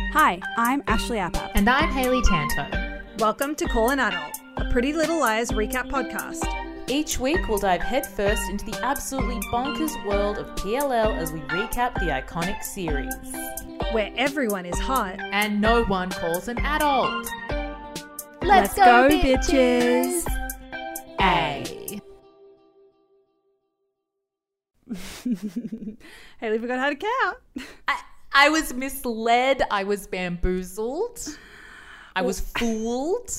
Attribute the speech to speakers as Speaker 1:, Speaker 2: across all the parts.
Speaker 1: Hi, I'm Ashley Appap.
Speaker 2: And I'm Haley Tanto.
Speaker 3: Welcome to Call an Adult, a Pretty Little Liars recap podcast.
Speaker 4: Each week, we'll dive headfirst into the absolutely bonkers world of PLL as we recap the iconic series.
Speaker 3: where everyone is hot.
Speaker 2: And no one calls an adult.
Speaker 1: Let's go, bitches.
Speaker 2: A.
Speaker 1: Haley forgot how to count.
Speaker 2: I, I was misled. I was bamboozled. I was fooled.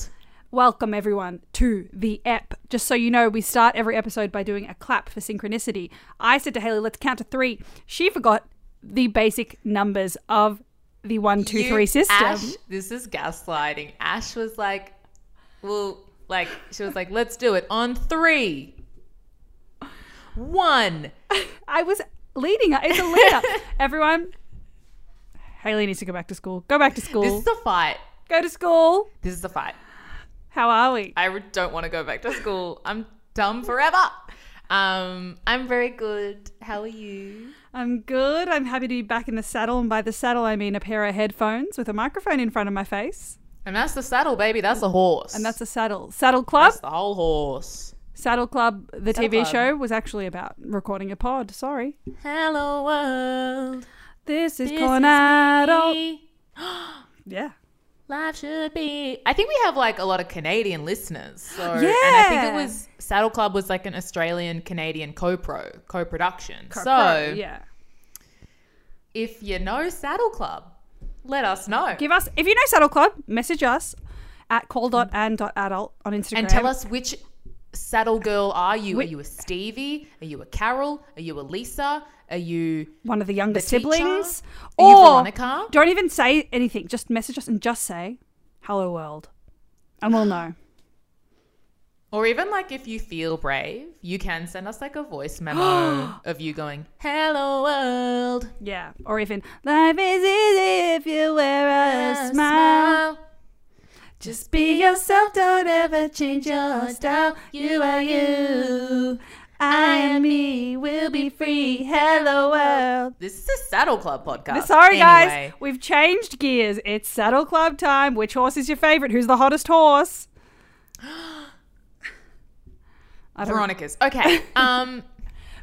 Speaker 1: Welcome, everyone, to the app. Just so you know, we start every episode by doing a clap for synchronicity. I said to Haley, let's count to three. She forgot the basic numbers of the one, two, three
Speaker 2: You-
Speaker 1: system.
Speaker 2: Ash, this is gaslighting. Ash was like, well, like, she was like, let's do it on three. One.
Speaker 1: I was leading her. It's a leader. everyone, Haley needs to go back to school. Go back to school.
Speaker 2: This is a fight.
Speaker 1: go to school.
Speaker 2: This is a fight.
Speaker 1: How are we?
Speaker 2: I re- don't want to go back to school. I'm dumb forever. Um, I'm very good. How are you?
Speaker 1: I'm good. I'm happy to be back in the saddle. And by the saddle, I mean a pair of headphones with a microphone in front of my face.
Speaker 2: And that's the saddle, baby. That's the horse.
Speaker 1: And that's a saddle. Saddle Club.
Speaker 2: that's the whole horse.
Speaker 1: Saddle Club, the
Speaker 2: Saddle
Speaker 1: TV
Speaker 2: Club.
Speaker 1: show, was actually about recording a pod. Sorry.
Speaker 2: Hello world.
Speaker 1: This is
Speaker 2: This
Speaker 1: Corn
Speaker 2: is
Speaker 1: Adult.
Speaker 2: me.
Speaker 1: Yeah.
Speaker 2: Life should be. I think we have like a lot of Canadian listeners. So, And I think it
Speaker 1: Yeah.
Speaker 2: was Saddle Club was like an Australian Canadian co-pro co-production. so
Speaker 1: Pro, yeah.
Speaker 2: if you know Saddle Club, let us know.
Speaker 1: Give us, if you know Saddle Club, message us at call.and.adult on Instagram.
Speaker 2: And tell us which saddle girl are you? Are
Speaker 1: Whi-
Speaker 2: you a Stevie? Are you a Carol? Are you a Lisa? Are you
Speaker 1: one of the younger
Speaker 2: the teacher?
Speaker 1: siblings.
Speaker 2: Are you
Speaker 1: Or
Speaker 2: Veronica?
Speaker 1: don't even say anything. Just message us and just say, hello world. And we'll know.
Speaker 2: Or even like if you feel brave, you can send us like a voice memo of you going, "Hello world."
Speaker 1: Yeah, or even life is easy if you wear a smile. Just be yourself, don't ever change your style. You are you. I am me, we'll be free. Hello, world.
Speaker 2: This is a Saddle Club podcast.
Speaker 1: Sorry, guys,
Speaker 2: Anyway,
Speaker 1: we've changed gears. It's saddle club time. Which horse is your favorite? Who's the hottest horse? I don't-
Speaker 2: Veronica's. Okay. Um,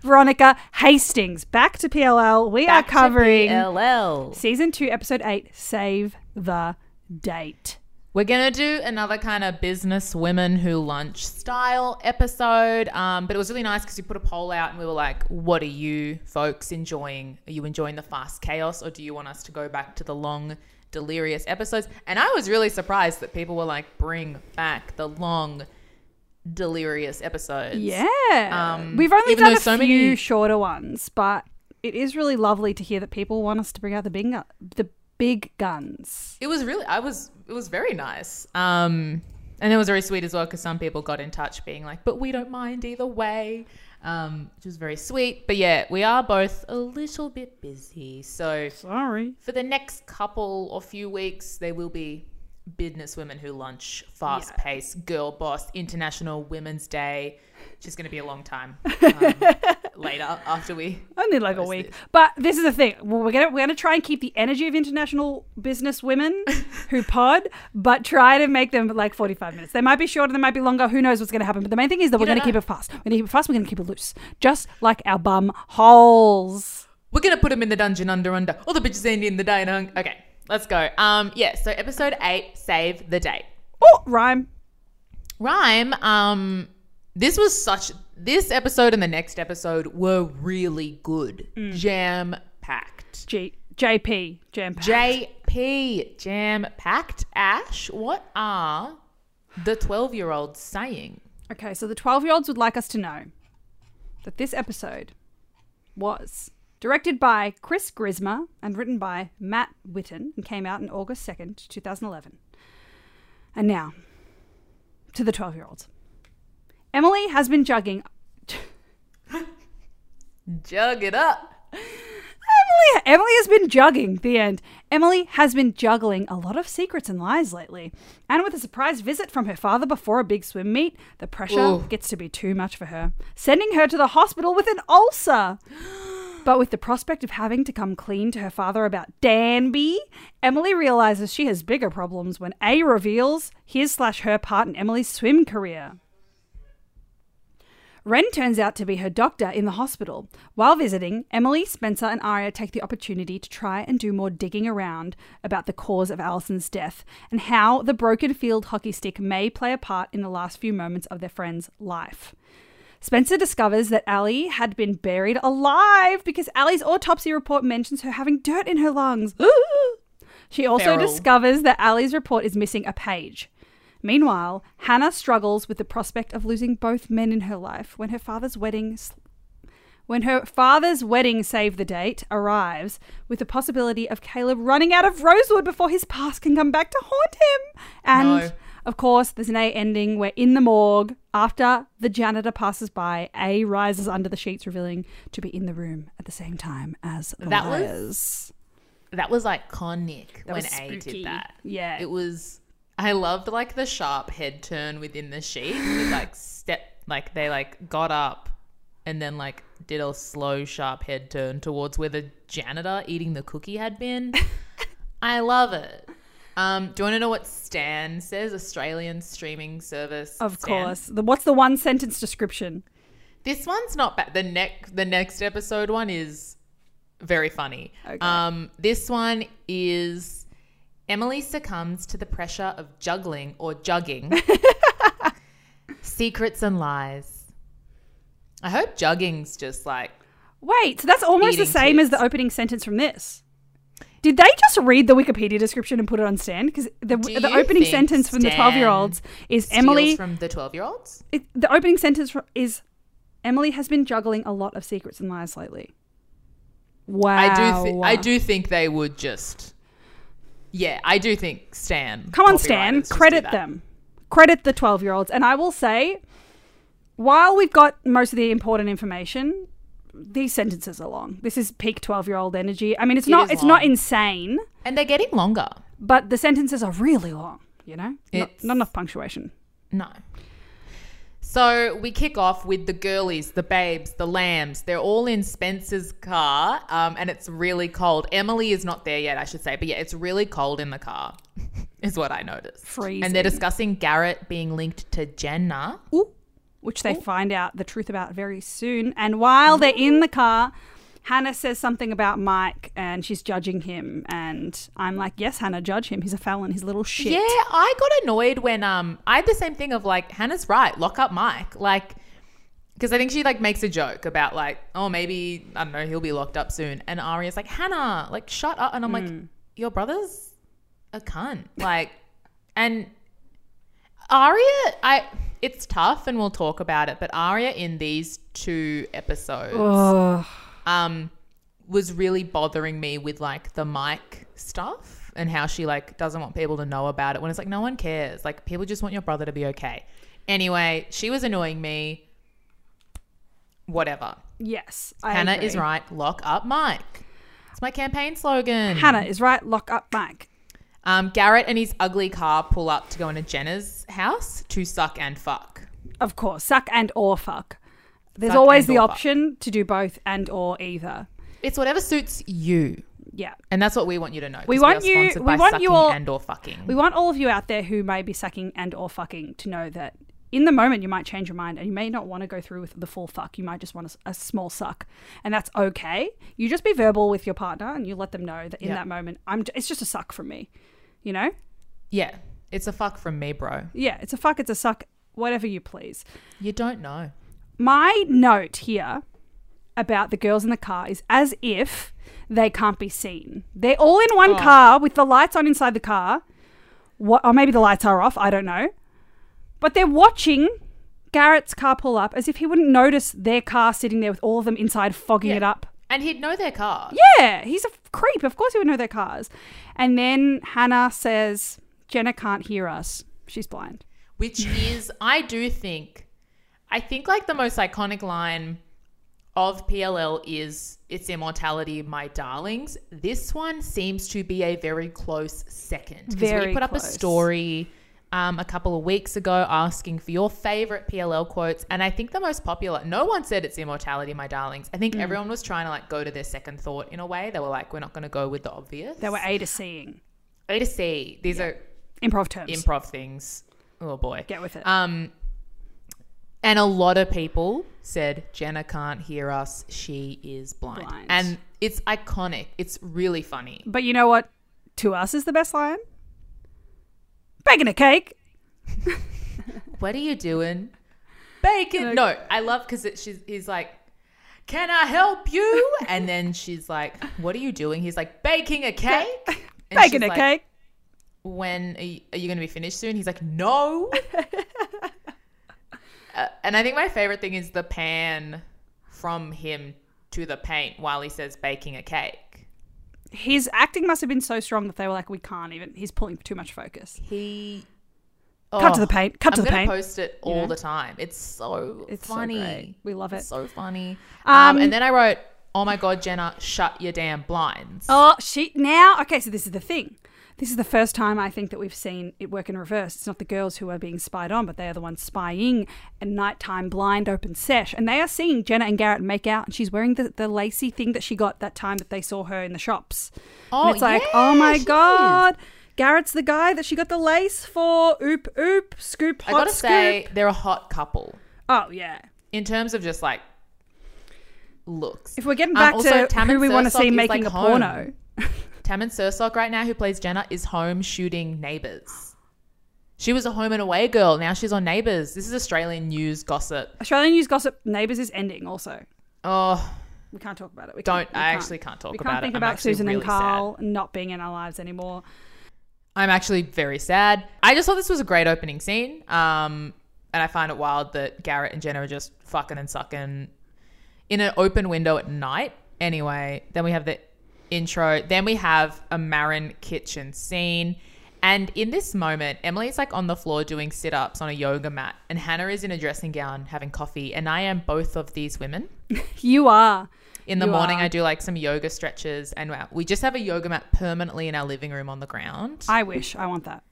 Speaker 1: Veronica Hastings. Back to PLL. We are
Speaker 2: back to
Speaker 1: covering
Speaker 2: PLL.
Speaker 1: season two, episode eight. Save the date.
Speaker 2: We're gonna do another kind of business women who lunch style episode, um, but it was really nice because we put a poll out and we were like, "What are you folks enjoying? Are you enjoying the fast chaos, or do you want us to go back to the long, delirious episodes?" And I was really surprised that people were like, "Bring back the long, delirious episodes."
Speaker 1: Yeah.
Speaker 2: Um,
Speaker 1: We've only
Speaker 2: even
Speaker 1: done
Speaker 2: though
Speaker 1: a
Speaker 2: so
Speaker 1: few
Speaker 2: many-
Speaker 1: shorter ones, but it is really lovely to hear that people want us to bring out the big, gu- the big guns.
Speaker 2: It was really, I was, it was very nice. Um, and it was very sweet as well because some people got in touch being like, but we don't mind either way, um, which was very sweet. But yeah, we are both a little bit busy. So
Speaker 1: Sorry.
Speaker 2: for the next couple or few weeks, there will be business women who lunch, fast paced, girl boss, International Women's Day, which is going to be a long time um, later after we.
Speaker 1: Only like a
Speaker 2: What is
Speaker 1: week,
Speaker 2: this?
Speaker 1: but this is the thing. Well, we're gonna we're gonna try and keep the energy of international business women who pod, but try to make them like forty five minutes. They might be shorter, they might be longer. Who knows what's gonna happen? But the main thing is that we're
Speaker 2: don't
Speaker 1: gonna keep
Speaker 2: know.
Speaker 1: it fast. We're gonna keep it fast. We're gonna keep it loose, just like our bum holes.
Speaker 2: We're gonna put them in the dungeon under under. All the bitches ain't in the day and hung. Okay, let's go. Um, yeah. So episode eight, save the date.
Speaker 1: Oh, rhyme.
Speaker 2: Rhyme. Um, this was such. This episode and the next episode were really good, jam packed.
Speaker 1: G JP jam. pack.
Speaker 2: JP jam packed. Ash, what are the twelve-year-olds saying?
Speaker 1: Okay, so the 12 year olds would like us to know that this episode was directed by Chris Grismer and written by Matt Witten and came out on August 2nd, 2011. And now, to the 12 year olds. Emily has been jugging.
Speaker 2: Jug it up.
Speaker 1: Emily, Emily has been jugging. The end. Emily has been juggling a lot of secrets and lies lately. And with a surprise visit from her father before a big swim meet, the pressure
Speaker 2: Ooh.
Speaker 1: gets to be too much for her, sending her to the hospital with an ulcer. But with the prospect of having to come clean to her father about Danby, Emily realizes she has bigger problems when A reveals his slash her part in Emily's swim career. Ren turns out to be her doctor in the hospital. While visiting, Emily, Spencer, and Arya take the opportunity to try and do more digging around about the cause of Alison's death and how the broken field hockey stick may play a part in the last few moments of their friend's life. Spencer discovers that Allie had been buried alive because Allie's autopsy report mentions her having dirt in her lungs. she also
Speaker 2: Feral.
Speaker 1: discovers that Allie's report is missing a page. Meanwhile, Hannah struggles with the prospect of losing both men in her life when her father's wedding s- when her father's wedding save the date arrives with the possibility of Caleb running out of Rosewood before his past can come back to haunt him. And
Speaker 2: No.
Speaker 1: of course, there's an A ending where in the morgue, after the janitor passes by, A rises under the sheets, revealing to be in the room at the same time as the
Speaker 2: That was-
Speaker 1: liars.
Speaker 2: That was iconic when
Speaker 1: was
Speaker 2: A
Speaker 1: spooky.
Speaker 2: did that.
Speaker 1: Yeah.
Speaker 2: It was I loved like the sharp head turn within the sheet. It like step like they like got up and then like did a slow sharp head turn towards where the janitor eating the cookie had been. I love it. Um, do you want to know what Stan says? Australian streaming service.
Speaker 1: Of
Speaker 2: Stan?
Speaker 1: course. The, what's the one sentence description?
Speaker 2: This one's not bad. The next the next episode one is very funny. Um, this one is Emily succumbs to the pressure of juggling or jugging secrets and lies. I hope jugging's just like
Speaker 1: Wait, so that's almost the
Speaker 2: Eating
Speaker 1: same as the
Speaker 2: kids.
Speaker 1: opening sentence from this. Did they just read the Wikipedia description and put it on stand? Because the,
Speaker 2: Do
Speaker 1: the
Speaker 2: you
Speaker 1: opening
Speaker 2: think
Speaker 1: sentence from the
Speaker 2: Stan
Speaker 1: 12 year olds is Emily.
Speaker 2: steals from the twelve year olds.
Speaker 1: it, the opening sentence fr- is Emily has been juggling a lot of secrets and lies lately. Wow.
Speaker 2: I do. Th- I do think they would just. Yeah, I do think Stan.
Speaker 1: Come on,
Speaker 2: copywriters
Speaker 1: Stan.
Speaker 2: just do
Speaker 1: Credit
Speaker 2: that.
Speaker 1: them. Credit the 12 year olds. And I will say, while we've got most of the important information, these sentences are long. This is peak 12 year old energy. I mean, it's not
Speaker 2: is
Speaker 1: it's not
Speaker 2: long.
Speaker 1: insane.
Speaker 2: and they're getting longer.
Speaker 1: but the sentences are really long. You know, not,
Speaker 2: It's-
Speaker 1: not enough punctuation.
Speaker 2: No. So we kick off with the girlies, the babes, the lambs. They're all in Spencer's car, um, and it's really cold. Emily is not there yet, I should say, but yeah, it's really cold in the car, is what I noticed. And
Speaker 1: Freezing.
Speaker 2: they're discussing Garrett being linked to Jenna.
Speaker 1: Which
Speaker 2: Oh.
Speaker 1: they find out the truth about very soon. And while they're in the car, Hannah says something about Mike and she's judging him. And I'm like, yes, Hannah, judge him. He's a felon. He's a little shit.
Speaker 2: Yeah, I got annoyed when um I had the same thing of like Hannah's right, lock up Mike, like because I think she like makes a joke about like oh maybe I don't know he'll be locked up soon, and Arya's like Hannah like shut up, and I'm
Speaker 1: Hmm.
Speaker 2: like your brother's a cunt like, and Arya I it's tough and we'll talk about it, but Arya in these two episodes
Speaker 1: Ugh.
Speaker 2: um, was really bothering me with like the mic stuff and how she like doesn't want people to know about it when it's like no one cares. Like people just want your brother to be okay. Anyway, she was annoying me. Whatever.
Speaker 1: Yes. I
Speaker 2: Hannah
Speaker 1: agree.
Speaker 2: is right. Lock up Mike. It's my campaign slogan.
Speaker 1: Hannah is right. Lock up Mike.
Speaker 2: Um, Garrett and his ugly car pull up to go into Jenna's house to suck and fuck.
Speaker 1: Of course. Suck and or fuck. There's
Speaker 2: Suck
Speaker 1: always
Speaker 2: and
Speaker 1: the
Speaker 2: or fuck.
Speaker 1: option to do both and or either.
Speaker 2: It's whatever suits you.
Speaker 1: Yeah.
Speaker 2: And that's what we want you to know. 'cause
Speaker 1: We
Speaker 2: are
Speaker 1: want you-
Speaker 2: sponsored
Speaker 1: we
Speaker 2: by
Speaker 1: want you
Speaker 2: sucking
Speaker 1: all-
Speaker 2: and or fucking.
Speaker 1: We want all of you out there who may be sucking and or fucking to know that in the moment you might change your mind and you may not want to go through with the full fuck. You might just want a, s- a small suck, and that's okay. You just be verbal with your partner and you let them know that in
Speaker 2: Yeah.
Speaker 1: that moment, I'm. j- It's just a suck from me, you know.
Speaker 2: yeah. It's a fuck from me, bro.
Speaker 1: Yeah, it's a fuck. It's a suck. Whatever you please.
Speaker 2: You don't know.
Speaker 1: My note here about the girls in the car is as if they can't be seen. They're all in one car with the lights on inside the car. What, or maybe the lights are off, I don't know. But they're watching Garrett's car pull up as if he wouldn't notice their car sitting there with all of them inside fogging it up.
Speaker 2: And he'd know their car.
Speaker 1: Yeah, he's a f- creep. Of course he would know their cars. And then Hannah says, Jenna can't hear us. She's blind.
Speaker 2: Which is, I do think, I think like the most iconic line of PLL is its immortality, my darlings. This one seems to be a very close second. 'Cause
Speaker 1: Very
Speaker 2: we put up a
Speaker 1: close.
Speaker 2: story um, a couple of weeks ago asking for your favorite PLL quotes. And I think the most popular, no one said it's immortality, my darlings. I think
Speaker 1: Mm.
Speaker 2: everyone was trying to like go to their second thought in a way. They were like, we're not going to go with the obvious.
Speaker 1: They were A to Cing.
Speaker 2: A to C. These are
Speaker 1: Improv terms.
Speaker 2: improv things. Oh boy.
Speaker 1: Get with it.
Speaker 2: Um, and a lot of people said Jenna can't hear us. She is blind.
Speaker 1: Blind.
Speaker 2: and it's iconic. It's really funny.
Speaker 1: but you know what? To us is the best line. Baking a cake.
Speaker 2: What are you doing? Bacon. No, I love because she's he's like, "Can I help you?" And then she's like, "What are you doing?" He's like, "Baking a cake." And
Speaker 1: Baking
Speaker 2: she's
Speaker 1: a
Speaker 2: like,
Speaker 1: cake.
Speaker 2: when are you, are you going to be finished soon? He's like, no. Uh, and I think my favorite thing is the pan from him to the paint while he says baking a cake.
Speaker 1: His acting must have been so strong that they were like, we can't even. He's pulling too much focus.
Speaker 2: He
Speaker 1: Cut to the paint. Cut to
Speaker 2: I'm
Speaker 1: the
Speaker 2: gonna
Speaker 1: paint.
Speaker 2: post it all the time. It's so
Speaker 1: It's so
Speaker 2: funny.
Speaker 1: great. We love
Speaker 2: It's
Speaker 1: it.
Speaker 2: so funny. Um,
Speaker 1: Um,
Speaker 2: and then I wrote, "Oh my god, Jenna, shut your damn blinds."
Speaker 1: Oh, she now. Okay, so this is the thing. This is the first time I think that we've seen it work in reverse. It's not the girls who are being spied on, but they are the ones spying a nighttime blind open sesh. And they are seeing Jenna and Garrett make out, and she's wearing the, the lacy thing that she got that time that they saw her in the shops.
Speaker 2: Oh,
Speaker 1: and it's like,
Speaker 2: yeah,
Speaker 1: oh my
Speaker 2: she
Speaker 1: God. Garrett's the guy that she got the lace for. Oop, oop, scoop,
Speaker 2: I
Speaker 1: hot
Speaker 2: gotta
Speaker 1: scoop.
Speaker 2: say, they're a hot couple
Speaker 1: oh, yeah.
Speaker 2: in terms of just like looks.
Speaker 1: If we're getting
Speaker 2: Um,
Speaker 1: back
Speaker 2: also,
Speaker 1: to
Speaker 2: Tam
Speaker 1: who
Speaker 2: and
Speaker 1: we want to
Speaker 2: Sursok
Speaker 1: see
Speaker 2: is,
Speaker 1: making
Speaker 2: like,
Speaker 1: a
Speaker 2: home.
Speaker 1: porno,
Speaker 2: Tammin Sursok right now, who plays Jenna, is home shooting Neighbours. She was a home and away girl. Now she's on Neighbours. This is Australian news gossip.
Speaker 1: Australian News Gossip Neighbours is ending also.
Speaker 2: Oh,
Speaker 1: We can't talk about it. We
Speaker 2: Don't-
Speaker 1: Can't, we
Speaker 2: I
Speaker 1: can't.
Speaker 2: actually can't talk
Speaker 1: we
Speaker 2: about
Speaker 1: can't
Speaker 2: it.
Speaker 1: think
Speaker 2: I'm
Speaker 1: about
Speaker 2: actually
Speaker 1: Susan
Speaker 2: really
Speaker 1: and Carl not being in our lives anymore.
Speaker 2: I'm actually very sad. I just thought this was a great opening scene. Um, and I find it wild that Garrett and Jenna are just fucking and sucking in an open window at night. Anyway, then we have the intro. Then we have a Marin kitchen scene. And in this moment, Emily's like on the floor doing sit ups on a yoga mat, and Hannah is in a dressing gown having coffee. And I am both of these women.
Speaker 1: You are.
Speaker 2: In the
Speaker 1: You
Speaker 2: morning,
Speaker 1: are.
Speaker 2: I do like some yoga stretches, and we just have a yoga mat permanently in our living room on the ground.
Speaker 1: I wish. I want that.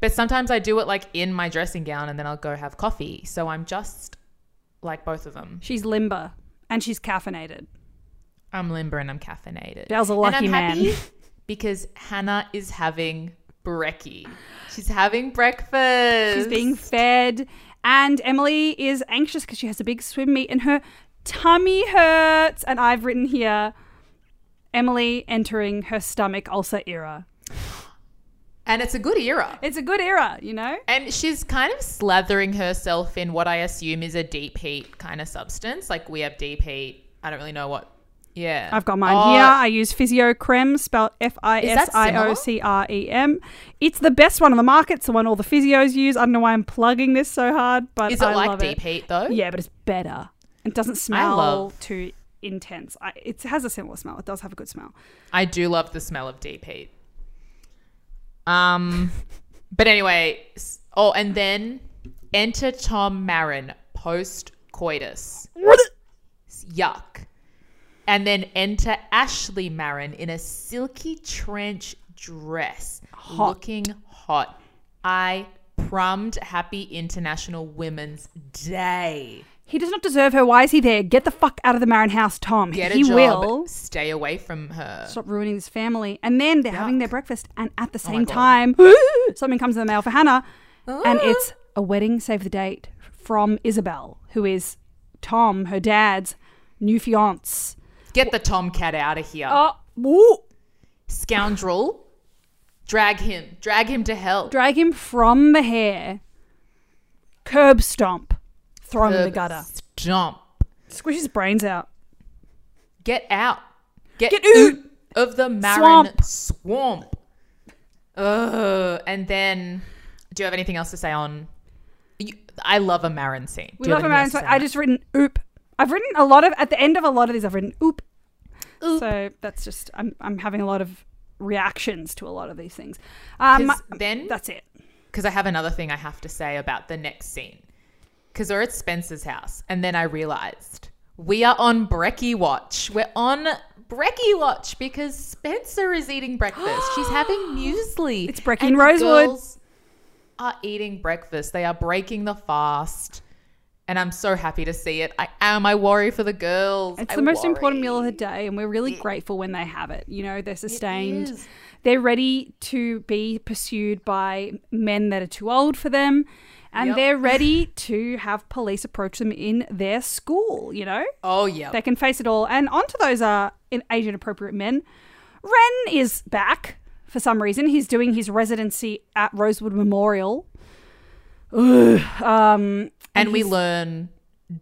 Speaker 2: But sometimes I do it like in my dressing gown and then I'll go have coffee. So I'm just like both of them.
Speaker 1: She's limber and she's caffeinated.
Speaker 2: I'm limber and I'm caffeinated.
Speaker 1: Belle's a lucky
Speaker 2: and I'm happy
Speaker 1: man.
Speaker 2: because Hannah is having brekkie. She's having breakfast.
Speaker 1: She's being fed. And Emily is anxious because she has a big swim meet and her tummy hurts. And I've written here Emily entering her stomach ulcer era.
Speaker 2: and it's a good era.
Speaker 1: It's a good era, you know?
Speaker 2: And she's kind of slathering herself in what I assume is a deep heat kind of substance. Like we have deep heat. I don't really know what. Yeah.
Speaker 1: I've got mine
Speaker 2: Oh,
Speaker 1: here. I use Physio Creme, spelled F I S I O C R E M. It's the best one on the market. It's the one all the physios use. I don't know why I'm plugging this so hard, but
Speaker 2: Is it
Speaker 1: I
Speaker 2: like
Speaker 1: love
Speaker 2: deep
Speaker 1: it.
Speaker 2: heat though?
Speaker 1: Yeah, but it's better. It doesn't smell
Speaker 2: love-
Speaker 1: too intense. I, it has a similar smell. It does have a good smell.
Speaker 2: I do love the smell of deep heat. Um, but anyway, s- oh, and then enter Tom Marin post coitus. Yuck. And then enter Ashley Marin in a silky trench dress, looking hot. I prummed Happy International Women's Day.
Speaker 1: He does not deserve her. Why is he there? Get the fuck out of the Marin house, Tom.
Speaker 2: Get a
Speaker 1: he
Speaker 2: job.
Speaker 1: will.
Speaker 2: Stay away from her.
Speaker 1: Stop ruining his family. And then they're having their breakfast, and at the same
Speaker 2: Oh God.
Speaker 1: time, something comes in the mail for Hannah, and it's a wedding save the date from Isabel, who is Tom, her dad's new fiance.
Speaker 2: Get the Tomcat out of here.
Speaker 1: Oh, woo.
Speaker 2: scoundrel. Drag him. Drag him to hell.
Speaker 1: drag him from the hair, curb stomp, throw him in the
Speaker 2: Curb
Speaker 1: gutter,
Speaker 2: Stomp.
Speaker 1: squish his brains out.
Speaker 2: Get out. Get,
Speaker 1: Get
Speaker 2: out of the Marin
Speaker 1: Swamp.
Speaker 2: swamp. Ugh. And then, do you have anything else to say on? You, I love a Marin scene.
Speaker 1: We
Speaker 2: Do you
Speaker 1: love
Speaker 2: have
Speaker 1: him.
Speaker 2: anything else
Speaker 1: and
Speaker 2: to
Speaker 1: so
Speaker 2: say
Speaker 1: I
Speaker 2: on
Speaker 1: just written oop. I've written a lot of at the end of a lot of these. I've written oop.
Speaker 2: Oop.
Speaker 1: So that's just I'm I'm having a lot of reactions to a lot of these things.
Speaker 2: that?
Speaker 1: Um,
Speaker 2: 'Cause then,
Speaker 1: that's it.
Speaker 2: because I have another thing I have to say about the next scene. Because we're at Spencer's house, and then I realized we are on Brekkie Watch. We're on Brekkie Watch because Spencer is eating breakfast. She's having muesli.
Speaker 1: It's Brekkie
Speaker 2: and
Speaker 1: and Rosewood.
Speaker 2: girls- are eating breakfast. They are breaking the fast. And I'm so happy to see it. I am. I worry for the girls.
Speaker 1: It's
Speaker 2: I
Speaker 1: the most
Speaker 2: worry.
Speaker 1: important meal of the day, and we're really grateful when they have it. You know, they're sustained.
Speaker 2: is.
Speaker 1: They're ready to be pursued by men that are too old for them, and
Speaker 2: Yep.
Speaker 1: they're ready to have police approach them in their school, you know?
Speaker 2: Oh, yeah.
Speaker 1: They can face it all. And onto those are in age inappropriate men. Ren is back for some reason. He's doing his residency at Rosewood Memorial. Ugh. Um,
Speaker 2: and we learn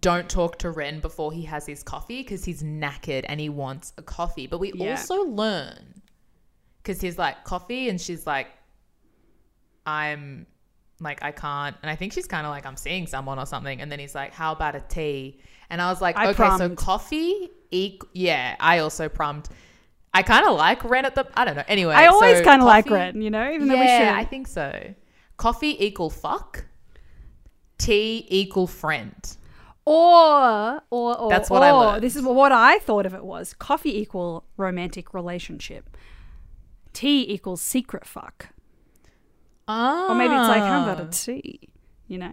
Speaker 2: don't talk to Ren before he has his coffee because he's knackered and he wants a coffee. But we
Speaker 1: Yeah.
Speaker 2: also learn because he's like, coffee. And she's like, I'm like, I can't. And I think she's kind of like, I'm seeing someone or something. And then he's like, how about a tea? And I was like,
Speaker 1: I
Speaker 2: okay, so
Speaker 1: prummed.
Speaker 2: coffee. Equ- yeah, I also prummed. I kind of like Ren at the. I don't know. Anyway,
Speaker 1: I always
Speaker 2: so
Speaker 1: kind of like
Speaker 2: coffee-
Speaker 1: Ren, you know, even though we
Speaker 2: yeah,
Speaker 1: shouldn't.
Speaker 2: I think so. Coffee equal fuck. Tea equal friend.
Speaker 1: Or, or, or,
Speaker 2: That's what I
Speaker 1: or,
Speaker 2: learned.
Speaker 1: This is what I thought of it was. Coffee equal romantic relationship. Tea equals secret fuck.
Speaker 2: Oh,
Speaker 1: Or maybe it's like, how about a tea? You know?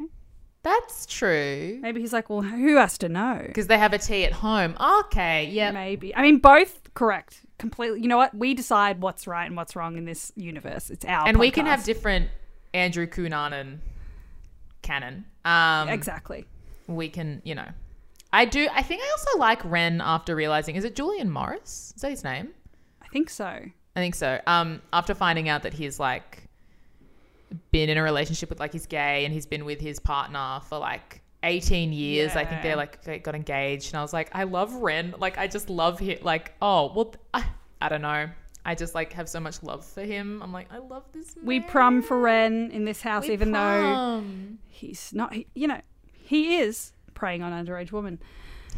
Speaker 2: That's true.
Speaker 1: Maybe he's like, well, who has to know?
Speaker 2: Because they have a tea at home. Okay, yeah.
Speaker 1: Maybe. I mean, both correct. Completely. You know what? We decide what's right and what's wrong in this universe. It's our
Speaker 2: And we can have
Speaker 1: podcast.
Speaker 2: different Andrew Cunanan canon. Um,
Speaker 1: Mm. exactly.
Speaker 2: We can, you know. I do. I think I also like Ren after realizing. Is it Julian Morris? Is that his name?
Speaker 1: I think so.
Speaker 2: I think so. Um, after finding out that he's like been in a relationship with like he's gay and he's been with his partner for like 18 years. I think
Speaker 1: Yeah.
Speaker 2: they're like they got engaged, and I was like, I love Ren. Like I just love him. Like oh well, I, I don't know. I just like have so much love for him. I'm like I love this.
Speaker 1: We
Speaker 2: man.
Speaker 1: prum for Ren in this house,
Speaker 2: We
Speaker 1: even though
Speaker 2: prom.
Speaker 1: he's not, he, you know, he is preying on underage women.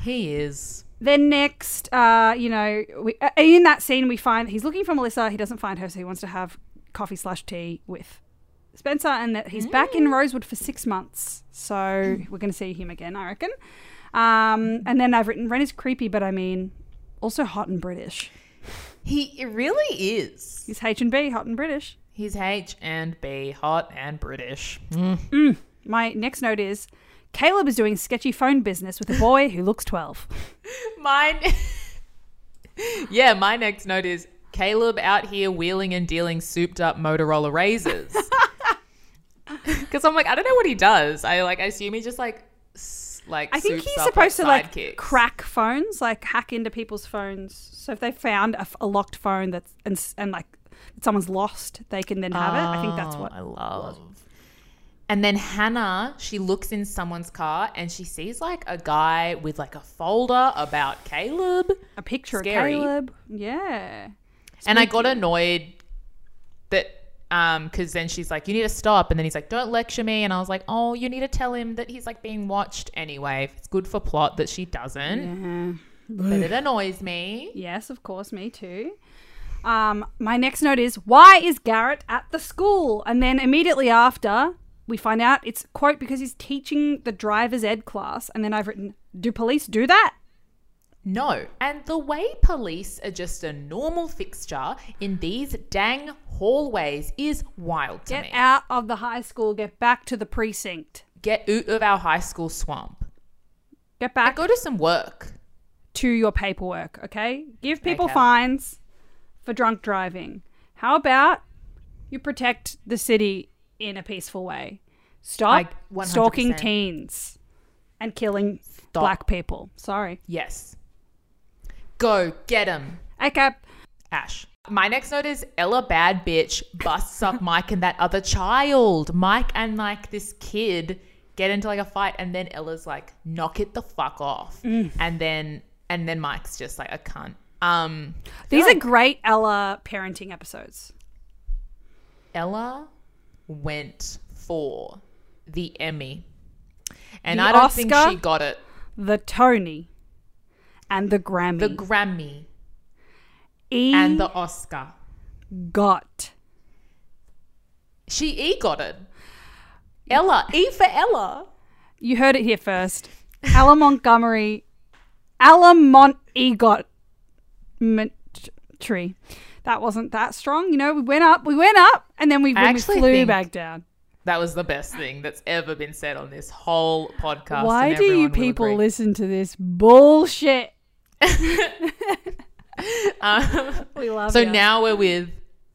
Speaker 2: he is
Speaker 1: Then next, uh, you know, we, uh, in that scene, we find he's looking for Melissa. He doesn't find her, so he wants to have coffee slash tea with Spencer, and that he's back in Rosewood for six months. So we're going to see him again, I reckon. Um, and then I've written Ren is creepy, but I mean, also hot and British.
Speaker 2: he it really is.
Speaker 1: He's H and B, hot and British.
Speaker 2: He's H and B, hot and British. Mm.
Speaker 1: My next note is Caleb is doing sketchy phone business with a boy who looks twelve.
Speaker 2: Mine. yeah, my next note is Caleb out here wheeling and dealing souped up Motorola razors. Because I'm like, I don't know what he does. I like, I assume he just like, s- like.
Speaker 1: I think
Speaker 2: soups
Speaker 1: he's
Speaker 2: up,
Speaker 1: supposed to like
Speaker 2: sidekicks.
Speaker 1: crack phones, like hack into people's phones. So if they found a, f- a locked phone that's and, s- and like someone's lost, they can then have it. I think that's
Speaker 2: Oh,
Speaker 1: what.
Speaker 2: I love. And then Hannah, she looks in someone's car and she sees like a guy with like a folder about Caleb.
Speaker 1: A picture
Speaker 2: Scary.
Speaker 1: of Caleb. Yeah.
Speaker 2: and I got annoyed that um because then she's like, "You need to stop," and then he's like, "Don't lecture me," and I was like, "Oh, you need to tell him that he's like being watched anyway. It's good for plot that she doesn't, but it annoys me."
Speaker 1: Yes, of course, me too. Um, my next note is why is Garrett at the school? And then immediately after, we find out it's quote because he's teaching the driver's ed class. And then I've written, do police do that?
Speaker 2: No, and the way police are just a normal fixture in these dang hallways is wild to
Speaker 1: Get
Speaker 2: me.
Speaker 1: out of the high school. Get back to the precinct.
Speaker 2: Get out of our high school swamp.
Speaker 1: Get
Speaker 2: I
Speaker 1: back
Speaker 2: go to some work.
Speaker 1: to your paperwork, okay? Give people
Speaker 2: Okay.
Speaker 1: fines for drunk driving. How about you protect the city in a peaceful way? Stop
Speaker 2: I-
Speaker 1: stalking
Speaker 2: 100%.
Speaker 1: teens and killing
Speaker 2: Stop.
Speaker 1: black people. Sorry.
Speaker 2: Yes. Go get him.
Speaker 1: Okay.
Speaker 2: Ash. My next note is Ella bad bitch busts up Mike and that other child. Mike and like this kid get into like a fight and then Ella's like knock it the fuck off. And then and then Mike's just like a cunt. Um
Speaker 1: These are great Ella parenting episodes.
Speaker 2: Ella went for the Emmy. And
Speaker 1: The
Speaker 2: I don't
Speaker 1: Oscar?
Speaker 2: think she got it.
Speaker 1: The Tony and the Grammy.
Speaker 2: The Grammy
Speaker 1: e
Speaker 2: and the Oscar.
Speaker 1: got.
Speaker 2: She E got it. Ella. E for Ella.
Speaker 1: You heard it here first. Ella Montgomery, Ella Mont Egot Mon- Tree. That wasn't that strong, you know. We went up, we went up, and then we,
Speaker 2: I
Speaker 1: then we
Speaker 2: actually
Speaker 1: flew
Speaker 2: think-
Speaker 1: back down.
Speaker 2: That was the best thing that's ever been said on this whole podcast.
Speaker 1: Why
Speaker 2: and
Speaker 1: do you
Speaker 2: everyone will
Speaker 1: people
Speaker 2: agree.
Speaker 1: listen to this bullshit?
Speaker 2: Um,
Speaker 1: We love
Speaker 2: so
Speaker 1: ya.
Speaker 2: now we're with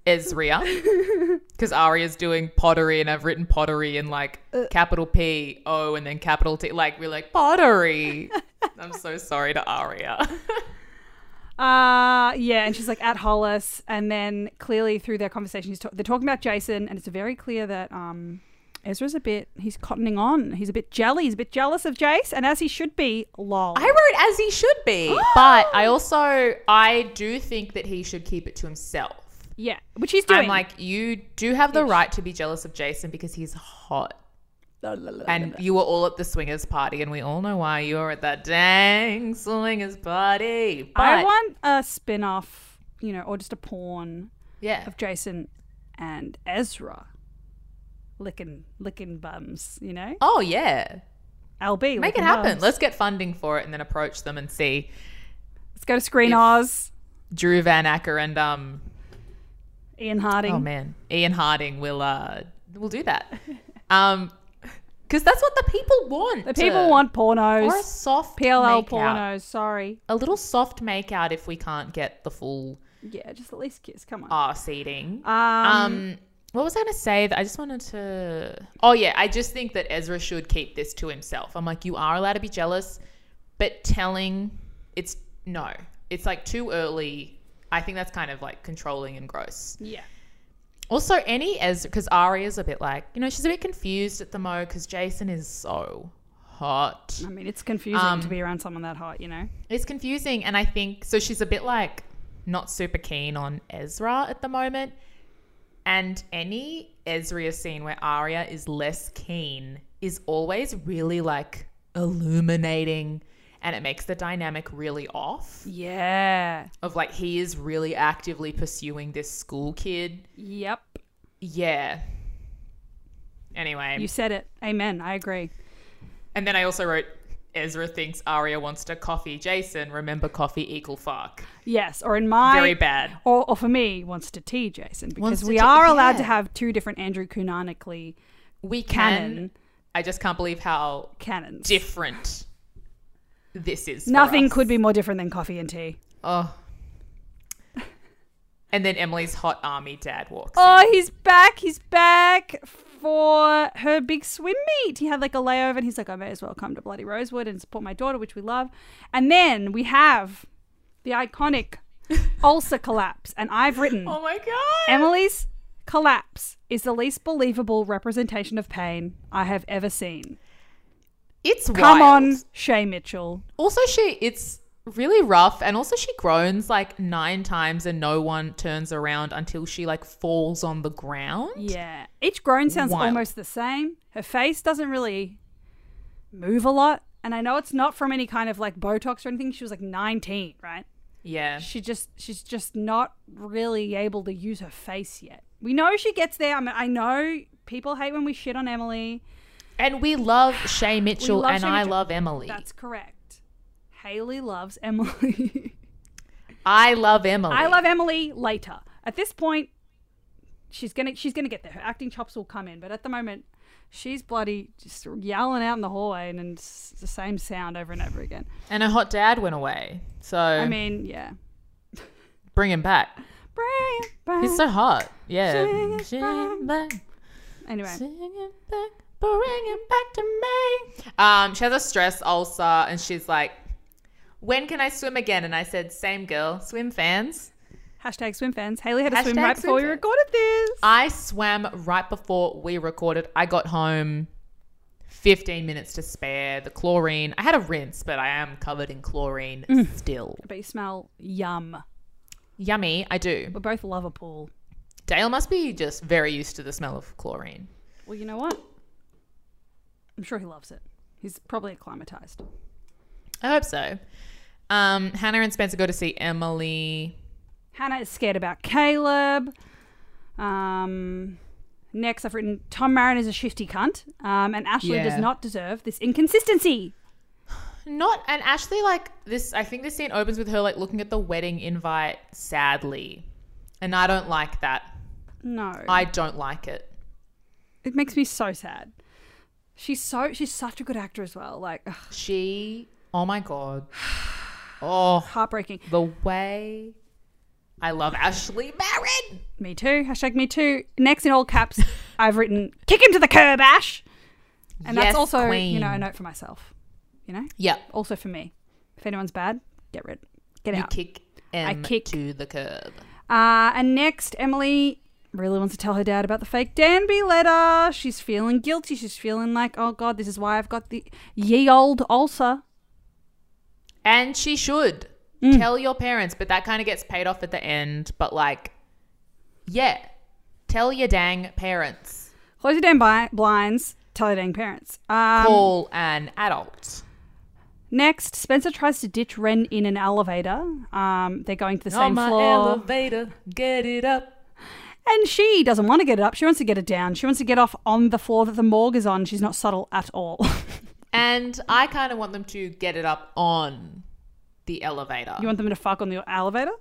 Speaker 2: Ezria because Aria's doing pottery, and I've written pottery in like capital P O and then capital T. Like we're like pottery. I'm so sorry to Aria.
Speaker 1: Uh, yeah, and she's like at Hollis, and then clearly through their conversation, he's ta- they're talking about Jason, and it's very clear that um, Ezra's a bit he's cottoning on, he's a bit jelly, he's a bit jealous of Jace, and as he should be, lol.
Speaker 2: I wrote as he should be, but I also I do think that he should keep it to himself.
Speaker 1: yeah, which he's doing.
Speaker 2: I'm like, you do have the right to be jealous of Jason because he's hot. And you were all at the swingers party, and we all know why you were at that dang swingers party. But
Speaker 1: I want a spin off, you know, or just a pawn
Speaker 2: yeah,
Speaker 1: of Jason and Ezra licking licking bums, you know?
Speaker 2: oh yeah,
Speaker 1: LB.
Speaker 2: make it happen. Let's get funding for it, and then approach them and see
Speaker 1: Let's go to Screen Oz,
Speaker 2: Drew Van Acker and um,
Speaker 1: Ian Harding.
Speaker 2: oh man, Ian Harding will uh, will do that, um, because that's what the people want.
Speaker 1: the people want pornos.
Speaker 2: or a soft
Speaker 1: PLL
Speaker 2: makeout.
Speaker 1: pornos, sorry.
Speaker 2: a little soft makeout if we can't get the full
Speaker 1: Yeah, just at least kiss. Come on.
Speaker 2: R seating. Um,
Speaker 1: um,
Speaker 2: what was I going to say? That I just wanted to. Oh yeah, I just think that Ezra should keep this to himself. I'm like, you are allowed to be jealous, but telling it's no, it's like too early. I think that's kind of like controlling and gross.
Speaker 1: yeah.
Speaker 2: Also, any Ezra because Aria's a bit like you know she's a bit confused at the mo because Jason is so hot.
Speaker 1: I mean, it's confusing
Speaker 2: um,
Speaker 1: to be around someone that hot, you know?
Speaker 2: It's confusing. And I think so she's a bit like not super keen on Ezra at the moment. And any Ezria scene where Arya is less keen is always really like illuminating and it makes the dynamic really off
Speaker 1: Yeah.
Speaker 2: of like he is really actively pursuing this school kid.
Speaker 1: Yep.
Speaker 2: Yeah. Anyway.
Speaker 1: You said it. Amen. I agree.
Speaker 2: and then I also wrote Ezra thinks Arya wants to coffee Jason. Remember coffee equal fuck.
Speaker 1: Yes. Or in my.
Speaker 2: Very bad.
Speaker 1: Or, or for me, wants to tea Jason because
Speaker 2: Wants to
Speaker 1: we
Speaker 2: tea-
Speaker 1: are allowed to
Speaker 2: yeah.
Speaker 1: have two different Andrew canonically
Speaker 2: we
Speaker 1: canon
Speaker 2: can. I just can't believe how
Speaker 1: canons.
Speaker 2: different this is. for
Speaker 1: Nothing
Speaker 2: us.
Speaker 1: could be more different than coffee and tea.
Speaker 2: Oh. And then Emily's hot army dad walks.
Speaker 1: Oh, he's back. He's back for her big swim meet. He had like a layover and he's like, I may as well come to Bloody Rosewood and support my daughter, which we love. And then we have the iconic ulcer collapse. And I've written
Speaker 2: Oh my god!
Speaker 1: Emily's collapse is the least believable representation of pain I have ever seen.
Speaker 2: it's
Speaker 1: Come on,
Speaker 2: wild.
Speaker 1: Shay Mitchell.
Speaker 2: Also, she it's really rough, and also she groans like nine times, and no one turns around until she like falls on the ground.
Speaker 1: Yeah. Each groan sounds
Speaker 2: Wild.
Speaker 1: almost the same. Her face doesn't really move a lot. And I know it's not from any kind of like Botox or anything. She was like 19, right?
Speaker 2: Yeah.
Speaker 1: She just she's just not really able to use her face yet. We know she gets there. I mean, I know people hate when we shit on Emily.
Speaker 2: And we love Shay Mitchell,
Speaker 1: love
Speaker 2: and
Speaker 1: Shay
Speaker 2: I
Speaker 1: Mitchell.
Speaker 2: love Emily.
Speaker 1: That's correct. Haley loves Emily.
Speaker 2: I love Emily.
Speaker 1: I love Emily later. At this point, she's gonna she's gonna get there. Her acting chops will come in, but at the moment, she's bloody just yelling out in the hallway and, and it's the same sound over and over again.
Speaker 2: And her hot dad went away, so
Speaker 1: I mean, yeah.
Speaker 2: bring him back.
Speaker 1: Brian,
Speaker 2: He's
Speaker 1: Brian.
Speaker 2: so hot. Yeah.
Speaker 1: Sing it
Speaker 2: Sing it back,
Speaker 1: anyway,
Speaker 2: sing it back, bring it back to me. Um, she has a stress ulcer and she's like, when can I swim again? And I said, same girl, swim fans.
Speaker 1: hashtag swim fans. Haley had a swim
Speaker 2: Hashtag
Speaker 1: right before we
Speaker 2: swim fans.
Speaker 1: recorded this.
Speaker 2: I swam right before we recorded. I got home 15 minutes to spare. The chlorine, I had a rinse, but I am covered in chlorine
Speaker 1: Mm.
Speaker 2: still.
Speaker 1: But you smell yum.
Speaker 2: Yummy, I do.
Speaker 1: We both love a pool.
Speaker 2: Dale must be just very used to the smell of chlorine.
Speaker 1: Well, you know what? I'm sure he loves it. He's probably acclimatized.
Speaker 2: I hope so. Um, Hannah and Spencer go to see Emily.
Speaker 1: Hannah is scared about Caleb. Um, next, I've written Tom Marin is a shifty cunt, um, and Ashley does
Speaker 2: Yeah.
Speaker 1: not deserve this inconsistency.
Speaker 2: Not and Ashley like this. I think this scene opens with her like looking at the wedding invite sadly, and I don't like that.
Speaker 1: No,
Speaker 2: I don't like it.
Speaker 1: It makes me so sad. She's so she's such a good actor as well. Like ugh,
Speaker 2: She, oh my god, oh
Speaker 1: heartbreaking.
Speaker 2: the way I love Ashley Barron.
Speaker 1: Me too. Hashtag me too. Next in all caps, I've written kick him to the curb, Ash. And
Speaker 2: Yes,
Speaker 1: that's also you
Speaker 2: queen.
Speaker 1: know a note for myself. You know,
Speaker 2: Yep,
Speaker 1: also for me. If anyone's bad, get rid, get
Speaker 2: you
Speaker 1: out.
Speaker 2: kick him
Speaker 1: kick.
Speaker 2: to the curb.
Speaker 1: Uh, and next, Emily really wants to tell her dad about the fake Danby letter. She's feeling guilty. She's feeling like, oh god, this is why I've got the ye old ulcer.
Speaker 2: And she should
Speaker 4: Mm.
Speaker 2: tell your parents, but that kind of gets paid off at the end. But like, yeah, tell your dang parents.
Speaker 1: Close your damn bi- blinds. Tell your dang parents. Um,
Speaker 2: Call an adult.
Speaker 1: Next, Spencer tries to ditch Ren in an elevator. Um, they're going to
Speaker 2: Oh,
Speaker 1: the
Speaker 4: On
Speaker 1: same
Speaker 4: my
Speaker 1: floor.
Speaker 4: elevator, get it up.
Speaker 1: And she doesn't want to get it up. She wants to get it down. She wants to get off on the floor that the morgue is on. She's not subtle at all.
Speaker 2: And I kind of want them to get it up on the elevator.
Speaker 1: you want them to fuck on the elevator?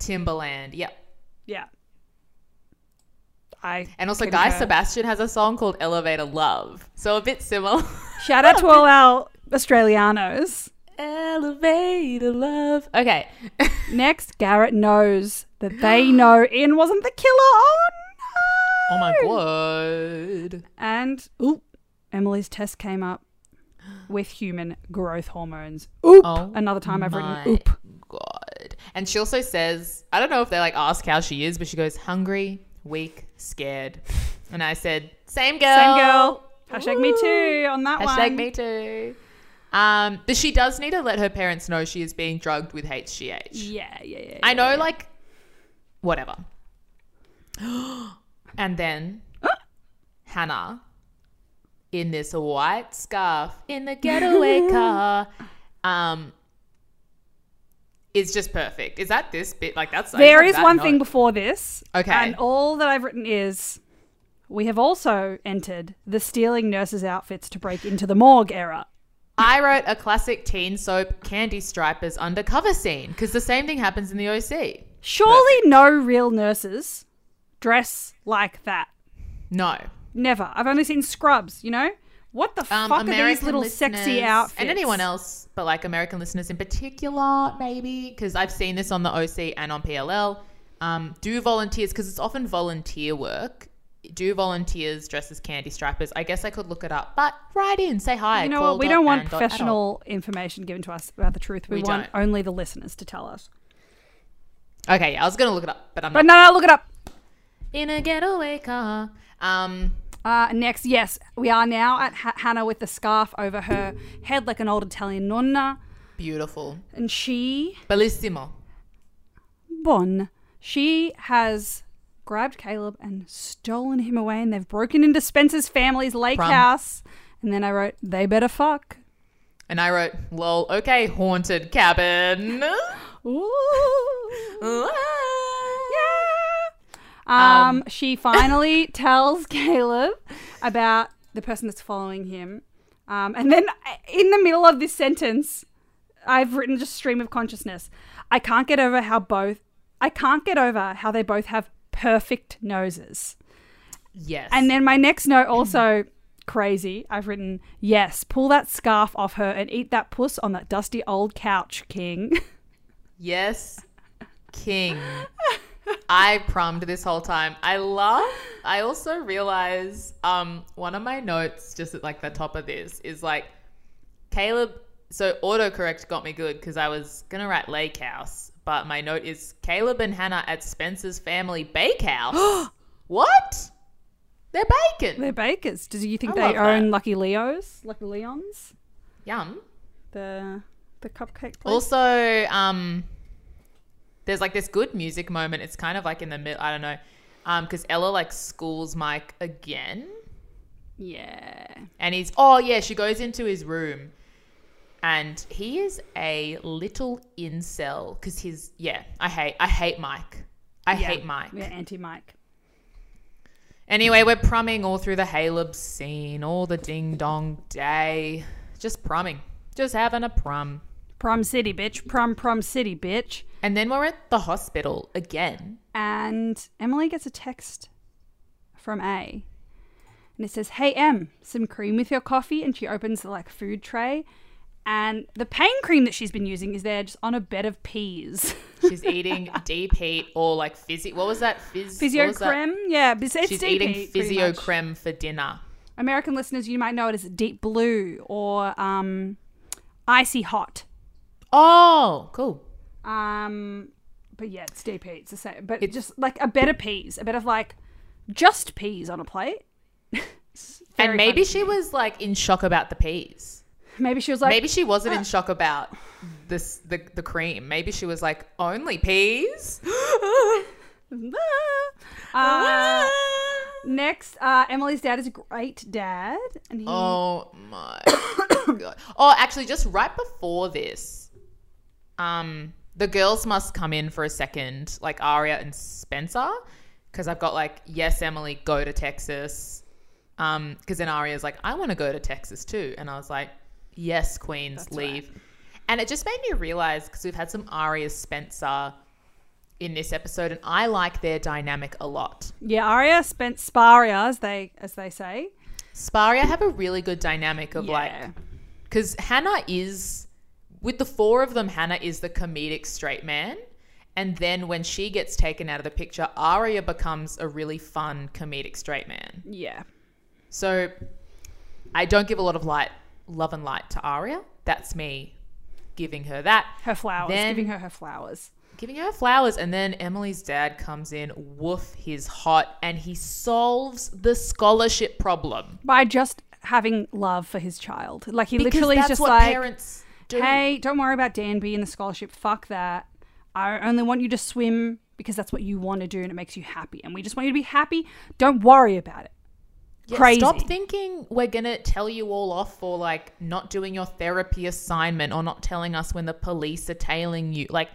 Speaker 2: Timberland, yep.
Speaker 1: Yeah. I
Speaker 2: And also,
Speaker 1: concur.
Speaker 2: Guy Sebastian has a song called Elevator Love. So a bit similar.
Speaker 1: Shout out to all our Australianos.
Speaker 2: Elevator Love. Okay. Oh
Speaker 1: Next, Garrett knows that they know Ian wasn't the killer. Oh no!
Speaker 2: oh my god.
Speaker 1: And ooh, Emily's test came up with human growth hormones. Oop!
Speaker 2: Oh
Speaker 1: Another time I've
Speaker 2: my
Speaker 1: written oop.
Speaker 2: God. And she also says, I don't know if they like ask how she is, but she goes, hungry, weak, scared. And I said, same girl.
Speaker 1: Same girl. Hashtag me too on that
Speaker 2: Hashtag
Speaker 1: one.
Speaker 2: me too. Um, but she does need to let her parents know she is being drugged with HGH.
Speaker 1: Yeah, yeah, yeah.
Speaker 2: I know, like, whatever. and then Hannah, in this white scarf in the getaway car, um, is just perfect. Is that this bit? Like, that's I
Speaker 1: There
Speaker 2: just
Speaker 1: is
Speaker 2: have that
Speaker 1: one thing
Speaker 2: note.
Speaker 1: before this.
Speaker 2: Okay.
Speaker 1: And all that I've written is we have also entered the stealing nurses' outfits to break into the morgue era.
Speaker 2: I wrote a classic teen soap candy stripers undercover scene because the same thing happens in the OC.
Speaker 1: Surely no real nurses dress like that.
Speaker 2: No.
Speaker 1: Never. I've only seen scrubs, you know? What the
Speaker 2: Um,
Speaker 1: fuck
Speaker 2: American
Speaker 1: are these little sexy
Speaker 2: listeners
Speaker 1: outfits?
Speaker 2: And anyone else, but like American listeners in particular, maybe, because I've seen this on the OC and on PLL. Um, do volunteers, because it's often volunteer work. Do volunteers dress as candy strippers? I guess I could look it up, but write in, say hi.
Speaker 1: You know
Speaker 2: call
Speaker 1: what? We
Speaker 2: dot
Speaker 1: don't want
Speaker 2: and dot
Speaker 1: professional information given to us about the truth. We,
Speaker 2: We
Speaker 1: want
Speaker 2: don't.
Speaker 1: only the listeners to tell us.
Speaker 2: adult. Okay, yeah, I was gonna look it up, but I'm
Speaker 1: But
Speaker 2: not.
Speaker 1: no, no, look it up.
Speaker 2: In a getaway car. Um,
Speaker 1: Uh, next, yes, we are now at ha- Hannah with the scarf over her head like an old Italian nonna.
Speaker 2: beautiful,
Speaker 1: And she,
Speaker 2: bellissimo.
Speaker 1: Bon, she has grabbed Caleb and stolen him away, and they've broken into Spencer's family's lake
Speaker 2: Prom.
Speaker 1: house. And then I wrote, they better fuck.
Speaker 2: And I wrote, lol, okay, haunted cabin.
Speaker 1: Ooh.
Speaker 2: yeah.
Speaker 1: Um, she finally tells Caleb about the person that's following him. Um, and then in the middle of this sentence, I've written just stream of consciousness. I can't get over how both I can't get over how they both have perfect noses.
Speaker 2: Yes.
Speaker 1: And then my next note also crazy. I've written, "Yes, pull that scarf off her and eat that puss on that dusty old couch, king."
Speaker 2: Yes, King. I prummed this whole time. I love. I also realize um, one of my notes, just at like the top of this, is like Caleb. So autocorrect got me good because I was gonna write lake house, but my note is Caleb and Hannah at Spencer's family bakehouse. what? They're baking.
Speaker 1: They're bakers. Do you think
Speaker 2: I
Speaker 1: they
Speaker 2: love that.
Speaker 1: own Lucky Leo's? Lucky Leon's?
Speaker 2: Yum.
Speaker 1: The the cupcake place?
Speaker 2: Also, um, there's like this good music moment. It's kind of like in the middle. I don't know, um, because Ella like schools Mike again,
Speaker 1: Yeah.
Speaker 2: and he's oh yeah, she goes into his room, and he is a little incel because he's yeah. I hate I hate Mike. I hate Mike.
Speaker 1: We're anti Mike.
Speaker 2: Anyway, we're prumming all through the Haleb scene, all the ding dong day, just prumming, just having a prum.
Speaker 1: Prom City, bitch. Prom, prom city, bitch.
Speaker 2: And then we're at the hospital again.
Speaker 1: And Emily gets a text from A. and it says, Hey Em, some cream with your coffee. And she opens the like food tray. And the pain cream that she's been using is there just on a bed of peas.
Speaker 2: She's eating deep heat or like physio. What was that? Phys- what
Speaker 1: Physio
Speaker 2: was that?
Speaker 1: creme? Yeah, but it's, it's
Speaker 2: She's
Speaker 1: deep
Speaker 2: eating
Speaker 1: heat, pretty
Speaker 2: physio
Speaker 1: much.
Speaker 2: creme for dinner.
Speaker 1: American listeners, you might know it as deep blue or um, icy hot.
Speaker 2: Oh, cool.
Speaker 1: Um, but yeah, it's deep heat. It's the same, but just like a bed of peas, a bit of like just peas on a plate. It's very
Speaker 2: and maybe
Speaker 1: funny.
Speaker 2: she was like in shock about the peas.
Speaker 1: maybe she was like, uh,
Speaker 2: maybe she wasn't in shock about this the, the cream. Maybe she was like, only peas?
Speaker 1: "Ah." Uh, next, uh, Emily's dad is a great dad, and he
Speaker 2: Oh my god. Oh, actually just right before this, um the girls must come in for a second, like Aria and Spencer, cuz I've got like yes Emily go to Texas. Um cuz then Aria's like I want to go to Texas too and I was like yes queens leave. And it just made me realize cuz we've had some Aria Spencer in this episode and I like their dynamic a lot.
Speaker 1: yeah, Aria spent Sparia as they as they say.
Speaker 2: Sparia have a really good dynamic of
Speaker 1: Yeah.
Speaker 2: like because Hannah is with the four of them. Hannah is the comedic straight man, and then when she gets taken out of the picture, Aria becomes a really fun comedic straight man.
Speaker 1: Yeah,
Speaker 2: So I don't give a lot of light, love and light to Aria. That's me giving her that,
Speaker 1: her flowers,
Speaker 2: Then-
Speaker 1: giving her her flowers.
Speaker 2: giving her flowers, and then Emily's dad comes in. Woof, he's hot, and he solves the scholarship problem.
Speaker 1: by just having love for his child. Like he
Speaker 2: Because
Speaker 1: literally is
Speaker 2: that's
Speaker 1: just
Speaker 2: what
Speaker 1: like,
Speaker 2: parents do.
Speaker 1: "Hey, don't worry about Danby and the scholarship. Fuck that. I only want you to swim because that's what you want to do and it makes you happy. And we just want you to be happy. Don't worry about it."
Speaker 2: Yeah,
Speaker 1: Crazy.
Speaker 2: Stop thinking we're gonna tell you all off for like not doing your therapy assignment or not telling us when the police are tailing you. Like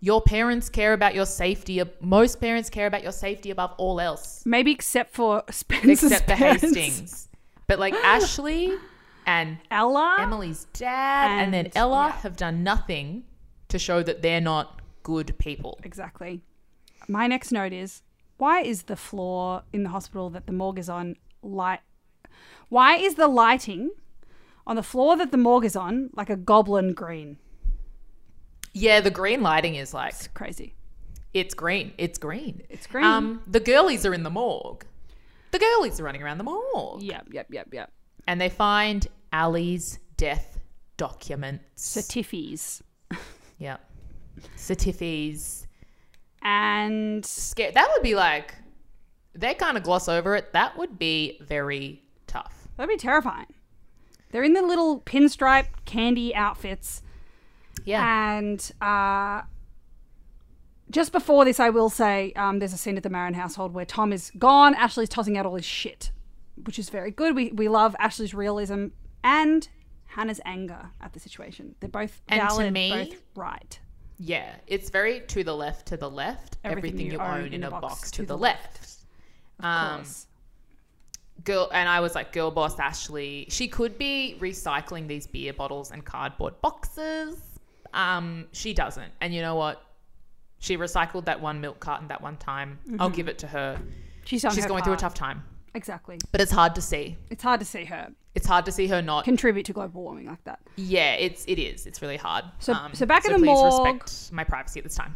Speaker 2: your parents care about your safety. ab- Most parents care about your safety above all else,
Speaker 1: Maybe except for Spencer's
Speaker 2: except the
Speaker 1: parents.
Speaker 2: Hastings. But like Ashley and
Speaker 1: Ella,
Speaker 2: Emily's dad and,
Speaker 1: And-
Speaker 2: then Ella have done nothing to show that they're not good people.
Speaker 1: exactly. My next note is why is the floor in the hospital that the morgue is on light? Why is the lighting on the floor that the morgue is on like a goblin green?
Speaker 2: Yeah, the green lighting is like
Speaker 1: It's crazy.
Speaker 2: It's green. It's green.
Speaker 1: It's green.
Speaker 2: Um, the girlies are in the morgue. The girlies are running around the morgue.
Speaker 1: Yep, yep, yep, yep.
Speaker 2: And they find Ali's death documents.
Speaker 1: Certifies.
Speaker 2: yep. Certifies.
Speaker 1: And
Speaker 2: Scared. That would be like, they kind of gloss over it. That would be very tough.
Speaker 1: that'd be terrifying. They're in the little pinstripe candy outfits.
Speaker 2: Yeah.
Speaker 1: And uh, just before this, I will say um, there's a scene at the Marin household where Tom is gone. Ashley's tossing out all his shit, which is very good. We, we love Ashley's realism and Hannah's anger at the situation. They're both
Speaker 2: And to
Speaker 1: valid,
Speaker 2: me-
Speaker 1: both right.
Speaker 2: yeah. It's very to the left, to the left. Everything, you, own in, a box, to, the left.
Speaker 1: Of
Speaker 2: Um,
Speaker 1: course.
Speaker 2: girl and i was like girl boss ashley she could be recycling these beer bottles and cardboard boxes um she doesn't and you know what she recycled that one milk carton that one time i'll give it to her
Speaker 1: She's, done Mm-hmm.
Speaker 2: she's
Speaker 1: her
Speaker 2: going through a
Speaker 1: part.
Speaker 2: tough time
Speaker 1: Exactly.
Speaker 2: but it's hard to see
Speaker 1: It's hard to see her
Speaker 2: it's hard to see her not
Speaker 1: contribute to global warming like that.
Speaker 2: yeah it's it is it's really hard Um,
Speaker 1: So- so back in the
Speaker 2: please
Speaker 1: morgue-
Speaker 2: respect my privacy at this time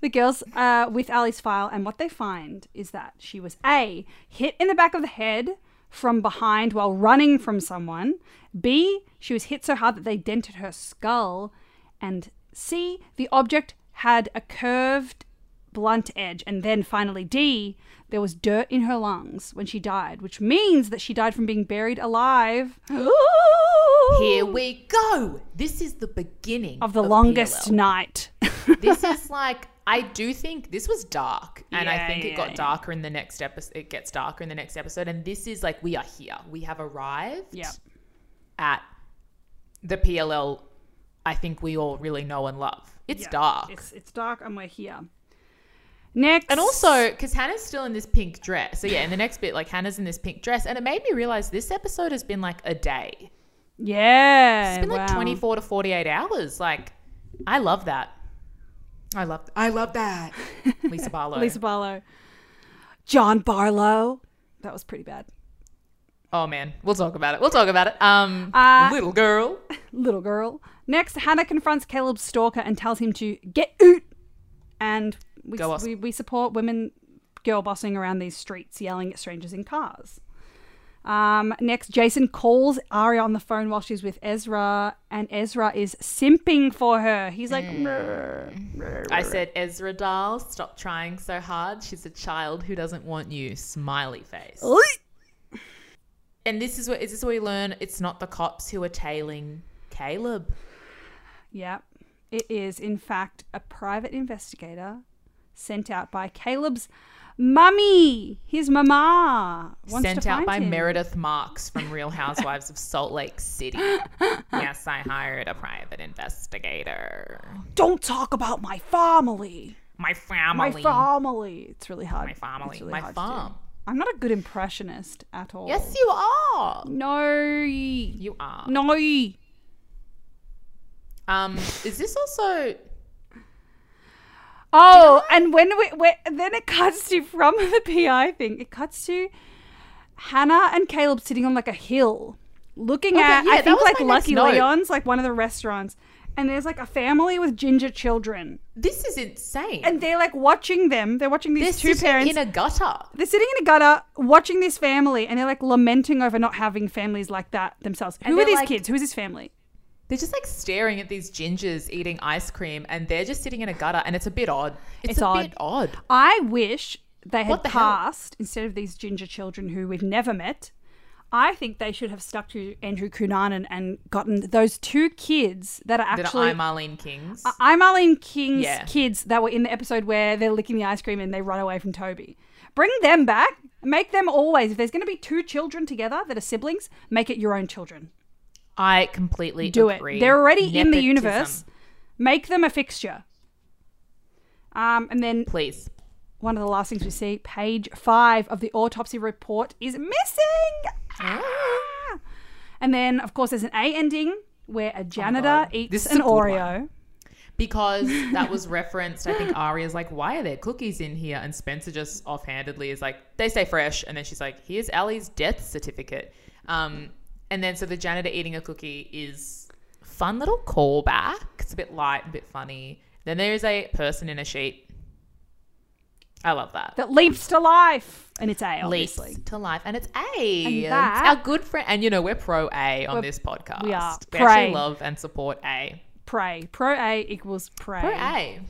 Speaker 1: The girls uh, with Ali's file, and what they find is that she was A, hit in the back of the head from behind while running from someone, B, she was hit so hard that they dented her skull, and C, the object had a curved, blunt edge, and then finally D, there was dirt in her lungs when she died, which means that she died from being buried alive.
Speaker 2: here we go this is the beginning
Speaker 1: of the longest
Speaker 2: PLL.
Speaker 1: night.
Speaker 2: this is like I do think this was dark, and I
Speaker 1: Yeah,
Speaker 2: think it
Speaker 1: yeah,
Speaker 2: got
Speaker 1: yeah.
Speaker 2: darker in the next episode. It gets darker in the next episode, and this is like we are here. We have arrived
Speaker 1: Yep.
Speaker 2: at the PLL. I think we all really know and love. It's
Speaker 1: Yeah,
Speaker 2: dark,
Speaker 1: It's it's dark, and we're here. Next,
Speaker 2: and also because Hannah's still in this pink dress. So yeah, in the next bit, like Hannah's in this pink dress, and it made me realize this episode has been like a day.
Speaker 1: yeah,
Speaker 2: It's been like
Speaker 1: wow.
Speaker 2: twenty four to forty eight hours. Like, I love that. I love. I love that. Lisa Barlow.
Speaker 1: Lisa Barlow, John Barlow. That was pretty bad.
Speaker 2: Oh man, we'll talk about it. We'll talk about it. Um,
Speaker 1: Uh,
Speaker 2: little girl.
Speaker 1: Little girl. Next, Hannah confronts Caleb's stalker and tells him to get oot. And we,
Speaker 2: Go us.
Speaker 1: we, we support women girl bossing around these streets, yelling at strangers in cars. Um, next, Jason calls Aria on the phone while she's with Ezra, and Ezra is simping for her. He's like,
Speaker 2: Mm.
Speaker 1: "Mrr, mrr."
Speaker 2: I said, Ezra doll, stop trying so hard. She's a child who doesn't want you. Smiley face. And this is where is this where we learn it's not the cops who are tailing Caleb.
Speaker 1: yeah. It is, in fact, a private investigator sent out by Caleb's mummy, his mama. wants to
Speaker 2: sent out
Speaker 1: find
Speaker 2: by
Speaker 1: him.
Speaker 2: Meredith Marks from Real Housewives of Salt Lake City. yes, I hired a private investigator.
Speaker 1: Don't talk about my family.
Speaker 2: My
Speaker 1: My
Speaker 2: family.
Speaker 1: family. It's really hard.
Speaker 2: My family.
Speaker 1: It's really
Speaker 2: my
Speaker 1: hard to do.
Speaker 2: farm.
Speaker 1: I'm not a good impressionist at all.
Speaker 2: Yes, you are.
Speaker 1: No.
Speaker 2: You are.
Speaker 1: No.
Speaker 2: Um, is this also
Speaker 1: Oh, and when we when, then it cuts to from the PI thing. It cuts to Hannah and Caleb sitting on like a hill, looking at
Speaker 2: yeah,
Speaker 1: I
Speaker 2: that
Speaker 1: think
Speaker 2: was
Speaker 1: like
Speaker 2: my next
Speaker 1: Lucky
Speaker 2: note.
Speaker 1: Leon's, like one of the restaurants, and there's like a family with ginger children,
Speaker 2: this is insane.
Speaker 1: and they're like watching them. They're watching
Speaker 2: They're
Speaker 1: these two
Speaker 2: sitting
Speaker 1: parents
Speaker 2: in a gutter.
Speaker 1: they're sitting in a gutter watching this family and they're like lamenting over not having families like that themselves. Who are
Speaker 2: they're
Speaker 1: these
Speaker 2: like-
Speaker 1: kids? Who is this family?
Speaker 2: They're just like staring at these gingers eating ice cream and they're just sitting in a gutter and it's a bit odd. It's,
Speaker 1: It's
Speaker 2: a
Speaker 1: odd.
Speaker 2: bit odd.
Speaker 1: I wish they had
Speaker 2: What the hell?
Speaker 1: cast instead of these ginger children who we've never met. I think they should have stuck to Andrew Cunanan and gotten those two kids that are
Speaker 2: Did
Speaker 1: actually
Speaker 2: I Marlene Kings?
Speaker 1: I'm Arlene King's
Speaker 2: Yeah.
Speaker 1: kids that were in the episode where they're licking the ice cream and they run away from Toby. Bring them back. Make them always. If there's going to be two children together that are siblings, make it your own children.
Speaker 2: I completely
Speaker 1: do
Speaker 2: agree.
Speaker 1: it. They're already in the
Speaker 2: Nepotism.
Speaker 1: universe. Make them a fixture. Um, and then
Speaker 2: Please.
Speaker 1: one of the last things we see, page five of the autopsy report is missing. Ah! And then, of course, there's an A ending where a janitor
Speaker 2: Oh God.
Speaker 1: eats
Speaker 2: This is
Speaker 1: an
Speaker 2: a good one.
Speaker 1: Oreo.
Speaker 2: Because that was referenced, I think Aria's like, why are there cookies in here? And Spencer just offhandedly is like, they stay fresh. And then she's like, here's Ali's death certificate. Um, and then so the janitor eating a cookie is fun little callback. It's a bit light, a bit funny. Then there is a person in a sheet. I love that.
Speaker 1: that leaps to life, and it's A,
Speaker 2: Leaps
Speaker 1: obviously.
Speaker 2: to life, and it's A.
Speaker 1: And
Speaker 2: It's
Speaker 1: that-
Speaker 2: our good friend, and you know we're pro A on
Speaker 1: We're-
Speaker 2: this podcast.
Speaker 1: we are.
Speaker 2: We actually
Speaker 1: Pray.
Speaker 2: love and support A.
Speaker 1: Pray, pro A equals pray.
Speaker 2: Pro A.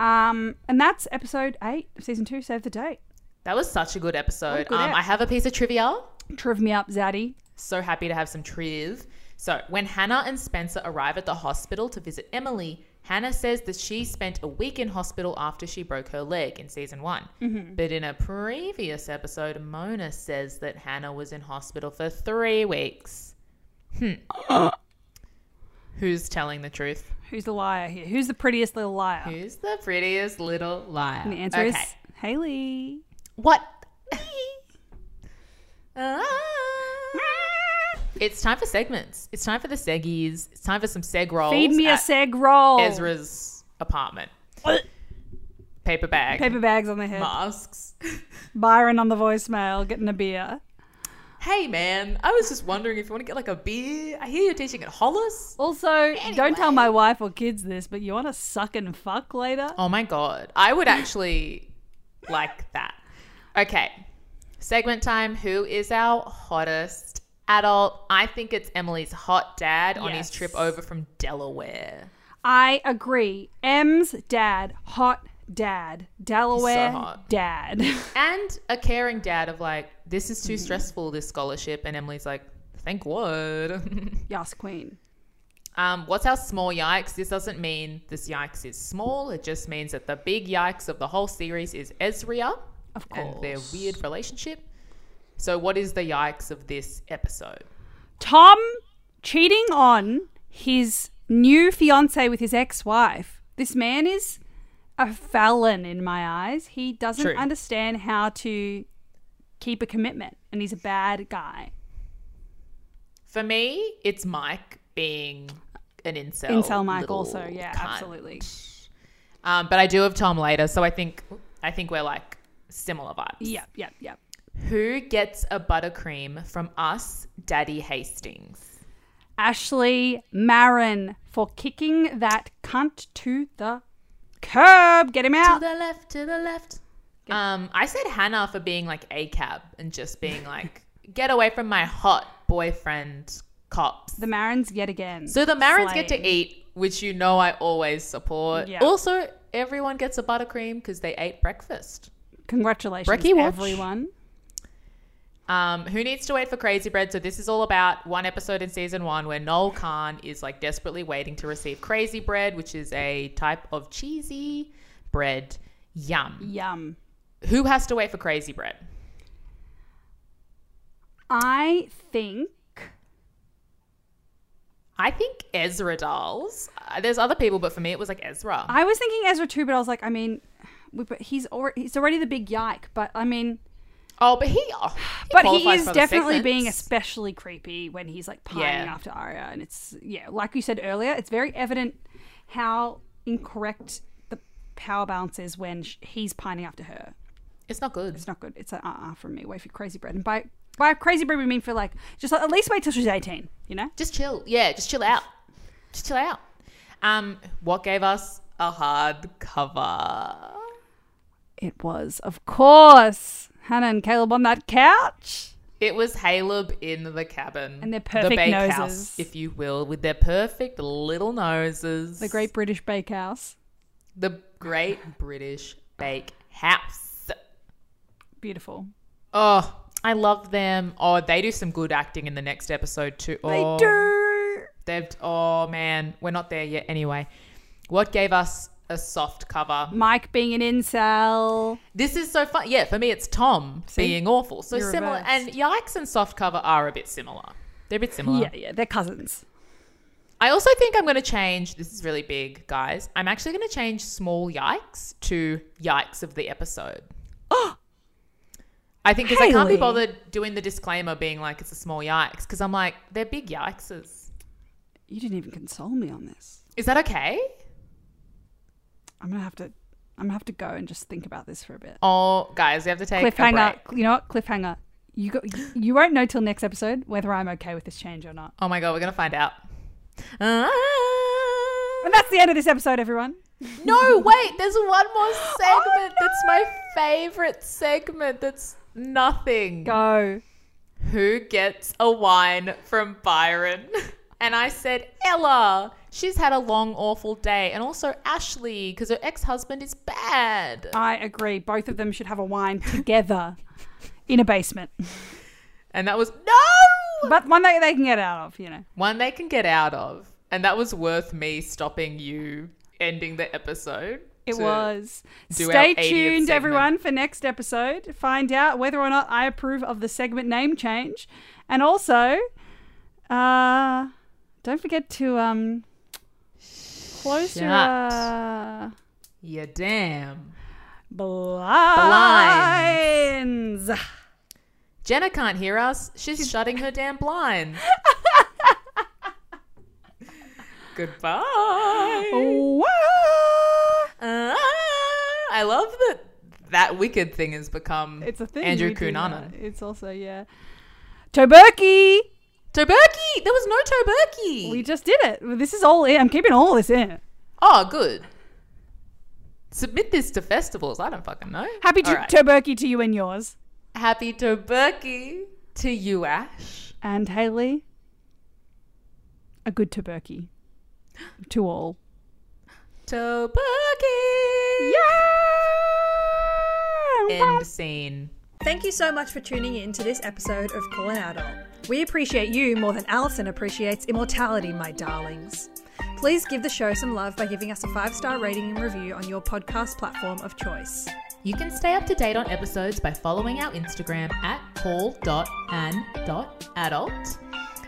Speaker 1: Um, and that's episode eight, of season two. Save the date.
Speaker 2: That was such a good episode.
Speaker 1: Oh, good
Speaker 2: um,
Speaker 1: ep.
Speaker 2: I have a piece of trivia.
Speaker 1: Triv me up, Zaddy.
Speaker 2: So happy to have some triv. So when Hannah and Spencer arrive at the hospital to visit Emily, Hannah says that she spent a week in hospital after she broke her leg in season one.
Speaker 1: Mm-hmm.
Speaker 2: But in a previous episode, Mona says that Hannah was in hospital for three weeks. Hmm. Who's telling the truth?
Speaker 1: Who's the liar here? Who's the prettiest little liar?
Speaker 2: Who's the prettiest little liar?
Speaker 1: And the answer is Haley.
Speaker 2: What? it's time for segments. It's time for the seggies. It's time for some seg rolls.
Speaker 1: Feed me a
Speaker 2: at
Speaker 1: seg roll.
Speaker 2: Ezra's apartment. Paper bag.
Speaker 1: Paper bags on the head.
Speaker 2: masks.
Speaker 1: Byron on the voicemail getting a beer.
Speaker 2: hey man, I was just wondering if you want to get like a beer. I hear you're teaching at Hollis.
Speaker 1: Also, don't tell my wife or kids this, but you want to suck and fuck later?
Speaker 2: Oh my god, I would actually like that. Okay, segment time. Who is our hottest adult? I think it's Emily's hot dad on his
Speaker 1: Yes.
Speaker 2: trip over from Delaware.
Speaker 1: I agree. M's dad, hot dad, Delaware
Speaker 2: hot.
Speaker 1: dad.
Speaker 2: And a caring dad of like, this is too
Speaker 1: Mm.
Speaker 2: stressful, this scholarship. And Emily's like, thank what?
Speaker 1: yes, queen.
Speaker 2: um, what's our small yikes? This doesn't mean this yikes is small. It just means that the big yikes of the whole series is Ezria
Speaker 1: Of course.
Speaker 2: and their weird relationship. So, what is the yikes of this episode?
Speaker 1: Tom cheating on his new fiance with his ex-wife. This man is a felon in my eyes. He doesn't
Speaker 2: True.
Speaker 1: understand how to keep a commitment and he's a bad guy.
Speaker 2: For me, it's Mike being an incel.
Speaker 1: Incel Mike
Speaker 2: Oh, little
Speaker 1: also, yeah,
Speaker 2: cunt.
Speaker 1: absolutely.
Speaker 2: Um, but I do have Tom later, so I think I think we're like similar vibes.
Speaker 1: Yep, yep, yep.
Speaker 2: Who gets a buttercream from us, Daddy Hastings?
Speaker 1: Ashley Marin for kicking that cunt to the curb. Get him out.
Speaker 2: the left, to the left. Um, I said Hannah for being like a cab and just being like, get away from my hot boyfriend cops.
Speaker 1: The Marins yet again.
Speaker 2: So the Marins get to
Speaker 1: Slaying.
Speaker 2: eat, which you know I always support.
Speaker 1: Yeah.
Speaker 2: Also, everyone gets a buttercream because they ate breakfast.
Speaker 1: Congratulations,
Speaker 2: Brekkie watch.
Speaker 1: everyone.
Speaker 2: Um, who needs to wait for Crazy Bread? So this is all about one episode in season one where Noel Khan is like desperately waiting to receive Crazy Bread, which is a type of cheesy bread. Yum.
Speaker 1: Yum.
Speaker 2: Who has to wait for Crazy Bread?
Speaker 1: I think
Speaker 2: I think Ezra Dolls. Uh, there's other people, but for me it was like Ezra.
Speaker 1: I was thinking Ezra too, but I was like, I mean, we- but he's already he's already the big yike. But I mean,
Speaker 2: oh, but he. Oh,
Speaker 1: but he
Speaker 2: qualifies
Speaker 1: is
Speaker 2: for the
Speaker 1: definitely
Speaker 2: segments.
Speaker 1: being especially creepy when he's like pining
Speaker 2: Yeah.
Speaker 1: after Arya, and it's yeah, like you said earlier, it's very evident how incorrect the power balance is when sh- he's pining after her.
Speaker 2: It's not good.
Speaker 1: It's not good. It's an uh uh from me. Wait for crazy bread, and by by crazy bread we mean for like just like, at least wait till she's eighteen. You know,
Speaker 2: just chill. Yeah, just chill out. Just chill out. Um, what gave us a hard cover?
Speaker 1: it was of course Hannah and Caleb on that couch.
Speaker 2: It was Caleb in the cabin.
Speaker 1: And their perfect
Speaker 2: the bakehouse,
Speaker 1: noses.
Speaker 2: if you will, with their perfect little noses.
Speaker 1: The Great British Bakehouse.
Speaker 2: the great British bake house.
Speaker 1: Beautiful.
Speaker 2: Oh, I love them. Oh, they do some good acting in the next episode too.
Speaker 1: They
Speaker 2: Oh,
Speaker 1: do.
Speaker 2: They've oh man, we're not there yet anyway. What gave us a soft cover?
Speaker 1: Mike being an incel.
Speaker 2: This is so fun. Yeah, for me, it's Tom being awful. So
Speaker 1: You're
Speaker 2: similar.
Speaker 1: reversed.
Speaker 2: And Yikes and Soft Cover are a bit similar. They're a bit similar.
Speaker 1: Yeah, yeah, they're cousins.
Speaker 2: I also think I'm going to change. This is really big, guys. I'm actually going to change Small Yikes to Yikes of the episode. I think because I can't be
Speaker 1: Hayley.
Speaker 2: bothered doing the disclaimer being like it's a small yikes because I'm like, they're big yikeses.
Speaker 1: You didn't even console me on this.
Speaker 2: Is that okay?
Speaker 1: I'm gonna have to, I'm gonna have to go and just think about this for a bit.
Speaker 2: Oh, guys, we have to take a
Speaker 1: cliffhanger.
Speaker 2: break.
Speaker 1: You know what? Cliffhanger. You go, you won't know till next episode whether I'm okay with this change or not.
Speaker 2: Oh my God, we're going to find out.
Speaker 1: And that's the end of this episode, everyone.
Speaker 2: No, wait, there's one more segment that's my favorite segment that's nothing.
Speaker 1: Go.
Speaker 2: Who gets a wine from Byron? And I said, Ella. She's had a long, awful day. And also Ashley, because her ex husband is bad.
Speaker 1: I agree. Both of them should have a wine together in a basement,
Speaker 2: And that was, no!
Speaker 1: but one that they can get out of. You know.
Speaker 2: One they can get out of. And that was worth me stopping you ending the episode.
Speaker 1: It
Speaker 2: to-
Speaker 1: was.
Speaker 2: do our
Speaker 1: Stay
Speaker 2: 80th
Speaker 1: tuned,
Speaker 2: segment.
Speaker 1: everyone, for next episode. Find out whether or not I approve of the segment name change, and also, uh, don't forget to um, close your
Speaker 2: Shut.
Speaker 1: uh,
Speaker 2: Yeah, damn.
Speaker 1: blinds.
Speaker 2: Jenna can't hear us. She's shutting her damn blind.
Speaker 1: Oh,
Speaker 2: Goodbye.
Speaker 1: Wah!
Speaker 2: Ah, I love that that wicked thing has become
Speaker 1: It's a thing.
Speaker 2: Andrew
Speaker 1: we do
Speaker 2: Cunanan.
Speaker 1: that. It's also yeah. Toberky,
Speaker 2: Toberky! There was no Toberky!
Speaker 1: we just did it. This is all in. I'm keeping all this in.
Speaker 2: oh, good. Submit this to festivals. I don't fucking know.
Speaker 1: Happy
Speaker 2: All
Speaker 1: to-
Speaker 2: right.
Speaker 1: Toberky to you and yours.
Speaker 2: Happy Toberky to you, Ash.
Speaker 1: and Haley, a good tuberky to all.
Speaker 2: Toberky! End scene.
Speaker 3: Thank you so much for tuning in to this episode of Call an Adult. We appreciate you more than Allison appreciates immortality, my darlings. Please give the show some love by giving us a five star rating and review on your podcast platform of choice.
Speaker 2: You can stay up to date on episodes by following our Instagram at call.an.adult,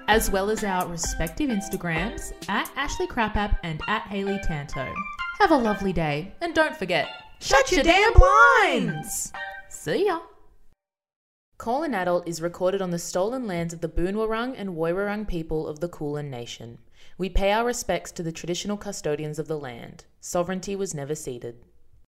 Speaker 2: as well as our respective Instagrams at Ashley Crapapp and at Haley Tanto. Have a lovely day, and don't forget, shut your damn blinds! See ya! Call an Adult is recorded on the stolen lands of the Boonwurrung and Woiwurrung people of the Kulin Nation. We pay our respects to the traditional custodians of the land. Sovereignty was never ceded.